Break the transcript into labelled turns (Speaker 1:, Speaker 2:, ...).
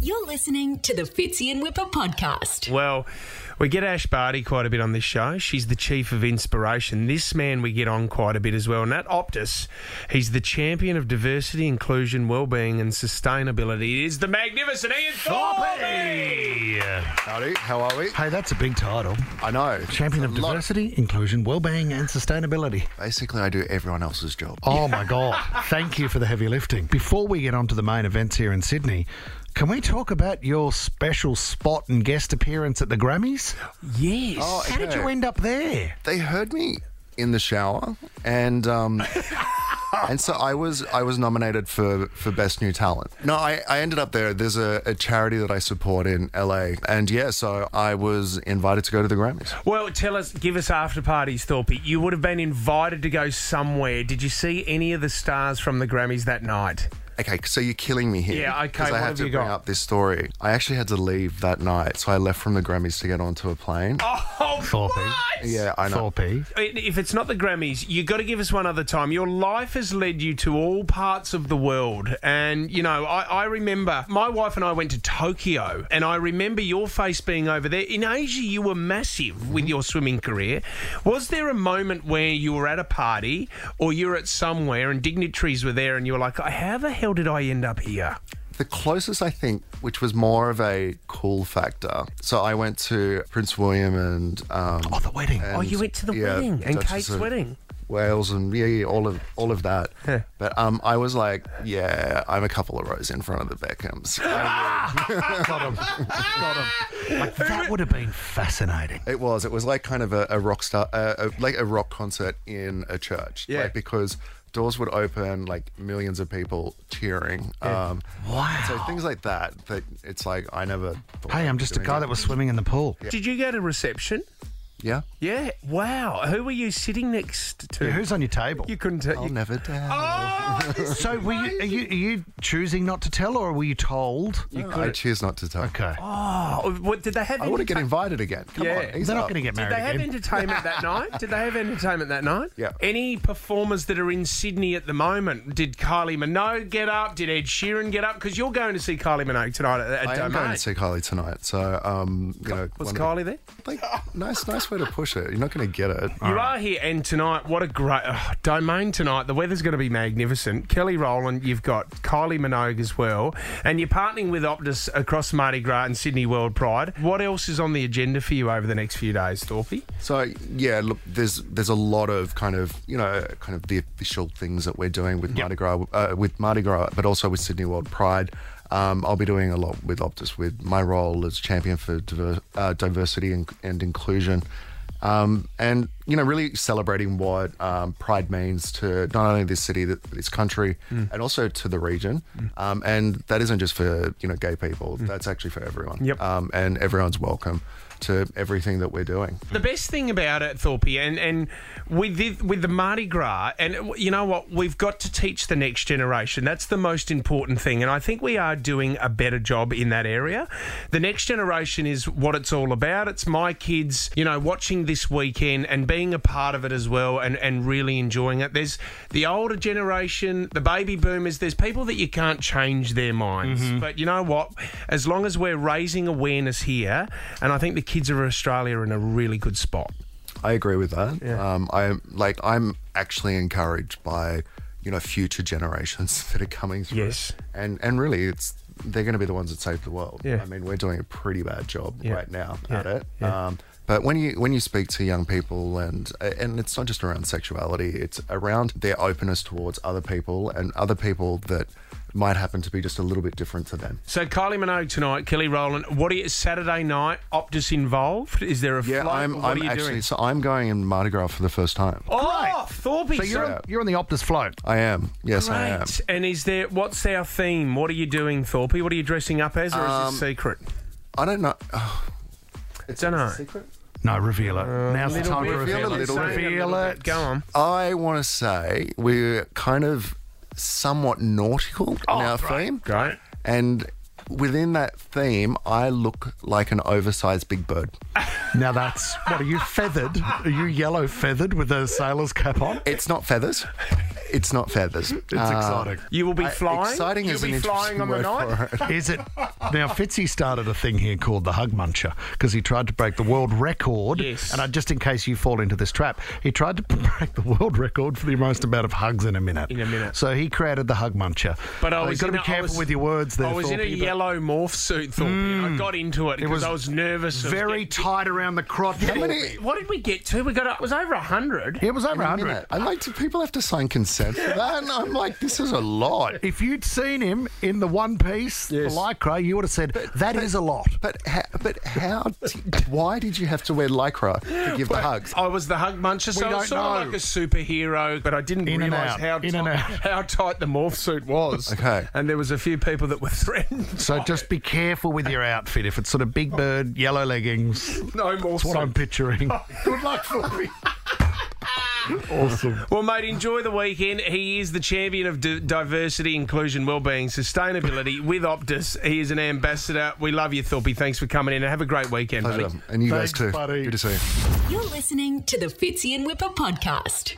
Speaker 1: You're listening to the Fitzy and Whipper podcast.
Speaker 2: Well, we get Ash Barty quite a bit on this show. She's the chief of inspiration. This man we get on quite a bit as well, and that Optus, he's the champion of diversity, inclusion, well-being, and sustainability. It is the magnificent Ian Thorpe.
Speaker 3: Howdy, how are we?
Speaker 4: Hey, that's a big title.
Speaker 3: I know.
Speaker 4: Champion
Speaker 3: It's
Speaker 4: of
Speaker 3: a lot.
Speaker 4: diversity, inclusion, well-being, and sustainability.
Speaker 3: Basically, I do everyone else's job.
Speaker 4: Oh my God! Thank you for the heavy lifting. Before we get on to the main events here in Sydney, can we talk about your special spot and guest appearance at the Grammys?
Speaker 2: Yes.
Speaker 3: Oh,
Speaker 4: How did
Speaker 3: okay.
Speaker 4: you end up there?
Speaker 3: They heard me in the shower, and um, and so I was I was nominated for for best new talent. No, I, I ended up there. There's a, a charity that I support in LA, and yeah, so I was invited to go to the Grammys.
Speaker 2: Well, tell us, give us after parties, Thorpe. You would have been invited to go somewhere. Did you see any of the stars from the Grammys that night?
Speaker 3: Okay, so you're killing me here.
Speaker 2: Yeah, okay,
Speaker 3: 'cause
Speaker 2: what
Speaker 3: I
Speaker 2: have
Speaker 3: had to
Speaker 2: you
Speaker 3: bring
Speaker 2: got?
Speaker 3: up this story. I actually had to leave that night, so I left from the Grammys to get onto a plane.
Speaker 2: Oh,
Speaker 4: Thorpe.
Speaker 2: what?
Speaker 3: Yeah, I know.
Speaker 4: Thorpey.
Speaker 2: If it's not the Grammys, you got to give us one other time. Your life has led you to all parts of the world. And, you know, I, I remember my wife and I went to Tokyo, and I remember your face being over there. In Asia, you were massive with your swimming career. Was there a moment where you were at a party or you were at somewhere and dignitaries were there and you were like, how the hell did I end up here?
Speaker 3: The closest, I think, which was more of a cool factor. So I went to Prince William and um,
Speaker 4: Oh, the wedding.
Speaker 2: Oh, you went to the
Speaker 3: yeah,
Speaker 2: wedding and
Speaker 3: Duchess
Speaker 2: Kate's
Speaker 3: of
Speaker 2: wedding.
Speaker 3: Wales and yeah, yeah, all of all of that. But um, I was like, yeah, I'm a couple of rows in front of the Beckhams.
Speaker 4: Oh, Like, that would have been fascinating.
Speaker 3: It was. It was like kind of a, a rock star, uh, a, like a rock concert in a church.
Speaker 2: Yeah.
Speaker 3: Like because doors would open, like millions of people cheering. Um,
Speaker 4: Wow.
Speaker 3: So things like that. That it's like I never. Thought
Speaker 4: Hey,
Speaker 3: I'd
Speaker 4: I'm
Speaker 3: be
Speaker 4: just a
Speaker 3: doing
Speaker 4: guy
Speaker 3: it.
Speaker 4: that was swimming in the pool.
Speaker 2: Did you go to reception?
Speaker 3: Yeah.
Speaker 2: Yeah. Wow. Who were you sitting next to?
Speaker 4: Yeah, Who's on your table?
Speaker 2: You couldn't tell.
Speaker 3: I'll
Speaker 2: you-
Speaker 3: never tell.
Speaker 2: Oh, this
Speaker 4: So, were you, are, you, are you choosing not to tell, or were you told? Oh,
Speaker 3: I choose not to tell.
Speaker 4: Okay.
Speaker 2: Oh, what, did they have?
Speaker 3: I want to
Speaker 2: enter-
Speaker 3: get invited again. Come
Speaker 2: Yeah.
Speaker 3: on,
Speaker 2: They're
Speaker 3: ease
Speaker 4: They're not
Speaker 3: up.
Speaker 4: going to get
Speaker 2: Did
Speaker 4: married
Speaker 2: they have
Speaker 4: again.
Speaker 2: entertainment that night? Did they have entertainment that night?
Speaker 3: Yeah.
Speaker 2: Any performers that are in Sydney at the moment? Did Kylie Minogue get up? Did Ed Sheeran get up? Because you're going to see Kylie Minogue tonight at, at
Speaker 3: I am
Speaker 2: Domain.
Speaker 3: going to see Kylie tonight, so um, you know,
Speaker 2: Was
Speaker 3: one
Speaker 2: Kylie
Speaker 3: of the-
Speaker 2: there?
Speaker 3: like, nice, nice way to push it. You're not going to get it.
Speaker 2: You are here, and tonight, what a great oh, domain tonight. The weather's going to be magnificent. Kelly Rowland, you've got Kylie Minogue as well, and you're partnering with Optus across Mardi Gras and Sydney World Pride. What else is on the agenda for you over the next few days, Thorpe?
Speaker 3: So yeah, look, there's there's a lot of kind of you know kind of the official things that we're doing with Mardi Gras, uh, with Mardi Gras, but also with Sydney World Pride. Um, I'll be doing a lot with Optus with my role as champion for diver- uh, diversity and, and inclusion. Um, and you know, really celebrating what um, pride means to not only this city, th- this country, and also to the region. Um, and that isn't just for you know gay people; that's actually for everyone.
Speaker 2: Yep.
Speaker 3: Um, and everyone's welcome to everything that we're doing.
Speaker 2: The best thing about it, Thorpe, and, and with the, with the Mardi Gras, and you know what, we've got to teach the next generation. That's the most important thing, and I think we are doing a better job in that area. The next generation is what it's all about. It's my kids, you know, watching this weekend and being a part of it as well, and and really enjoying it. There's the older generation, the baby boomers. There's people that you can't change their minds, but you know what? As long as we're raising awareness here, and I think the kids of Australia are in a really good spot.
Speaker 3: I agree with that. Um, I like I'm actually encouraged by you know future generations that are coming through.
Speaker 2: Yes.
Speaker 3: and and really it's they're going to be the ones that save the world.
Speaker 2: Yeah.
Speaker 3: I mean we're doing a pretty bad job right now
Speaker 2: Yeah.
Speaker 3: at it.
Speaker 2: Yeah.
Speaker 3: Um, but when you when you speak to young people and and it's not just around sexuality, it's around their openness towards other people and other people that might happen to be just a little bit different to them.
Speaker 2: So Kylie Minogue tonight, Kelly Rowland. What are you, Saturday night? Optus involved? Is there a
Speaker 3: Yeah,
Speaker 2: float?
Speaker 3: I'm
Speaker 2: What
Speaker 3: I'm
Speaker 2: are you
Speaker 3: actually
Speaker 2: doing?
Speaker 3: so I'm going in Mardi Gras for the first time.
Speaker 2: Oh, Thorpe.
Speaker 4: So you're on, you're on the Optus float.
Speaker 3: I am. Yes, I am.
Speaker 2: Great. And is there what's our theme? What are you doing, Thorpe? What are you dressing up as, or
Speaker 3: Um,
Speaker 2: is it secret?
Speaker 3: I don't know.
Speaker 2: Don't know.
Speaker 4: No, reveal it.
Speaker 2: Uh,
Speaker 4: Now's the time to
Speaker 3: bit.
Speaker 4: reveal
Speaker 3: Reveal
Speaker 4: it.
Speaker 3: a little bit.
Speaker 4: Reveal it.
Speaker 2: Go on.
Speaker 3: I want to say we're kind of somewhat nautical in our theme.
Speaker 2: Oh, Great.
Speaker 3: And within that theme, I look like an oversized big bird.
Speaker 4: Now that's what are you feathered? Are you yellow feathered with a sailor's cap on?
Speaker 3: It's not feathers. it's not feathers. Uh,
Speaker 4: It's exotic.
Speaker 2: You will be
Speaker 3: I-
Speaker 2: flying.
Speaker 3: Exciting
Speaker 2: You'll
Speaker 3: is
Speaker 2: be
Speaker 3: an
Speaker 2: flying
Speaker 3: interesting
Speaker 2: on the
Speaker 3: word
Speaker 2: night.
Speaker 3: for it.
Speaker 4: Is it now? Fitzy started a thing here called the Hug Muncher because he tried to break the world record.
Speaker 2: Yes.
Speaker 4: And I, just in case you fall into this trap, he tried to break the world record for the most amount of hugs in a minute.
Speaker 2: In a minute.
Speaker 4: So he created the Hug Muncher.
Speaker 2: But I
Speaker 4: Uh,
Speaker 2: was
Speaker 4: you've got
Speaker 2: in
Speaker 4: to be
Speaker 2: a- I
Speaker 4: careful
Speaker 2: was-
Speaker 4: with your words. There,
Speaker 2: I was in a
Speaker 4: Thorpey, but Mm.
Speaker 2: yellow morph suit, Thorpe. I got into it because
Speaker 4: was
Speaker 2: I was nervous. of
Speaker 4: Very
Speaker 2: getting-
Speaker 4: tight around the crotch. Thorpey.
Speaker 2: What did we get to? We got it was over hundred.
Speaker 4: It was over
Speaker 3: In a
Speaker 4: 100.
Speaker 3: minute. I'm like, do people have to sign consent for that? And I'm like, this is a lot.
Speaker 4: If you'd seen him in the one piece,
Speaker 3: Yes.
Speaker 4: the lycra, you would have said, "That is a lot.
Speaker 3: But how, but how? d- why did you have to wear lycra to give the hugs?
Speaker 2: I was the hug muncher, so I was
Speaker 4: don't
Speaker 2: sort of
Speaker 4: know.
Speaker 2: like a superhero, but I didn't
Speaker 4: In and
Speaker 2: realise
Speaker 4: out,
Speaker 2: how,
Speaker 4: in
Speaker 2: ti-
Speaker 4: and out.
Speaker 2: how tight the morph suit was.
Speaker 3: Okay.
Speaker 2: And there was a few people that were threatened.
Speaker 4: So just be careful with your outfit. If it's sort of big bird, yellow leggings,
Speaker 2: No morph
Speaker 4: that's what I'm
Speaker 2: suit.
Speaker 4: picturing.
Speaker 3: Good luck for me.
Speaker 4: awesome.
Speaker 2: Well, mate, enjoy the weekend. He is the champion of d- diversity, inclusion, well-being, sustainability with Optus. He is an ambassador. We love you, Thorpe. Thanks for coming in and have a great weekend, buddy.
Speaker 3: Pleasure. And you
Speaker 4: Thanks,
Speaker 3: guys too.
Speaker 4: buddy.
Speaker 3: Good to see you.
Speaker 1: You're listening to the Fitzy and Whipper podcast.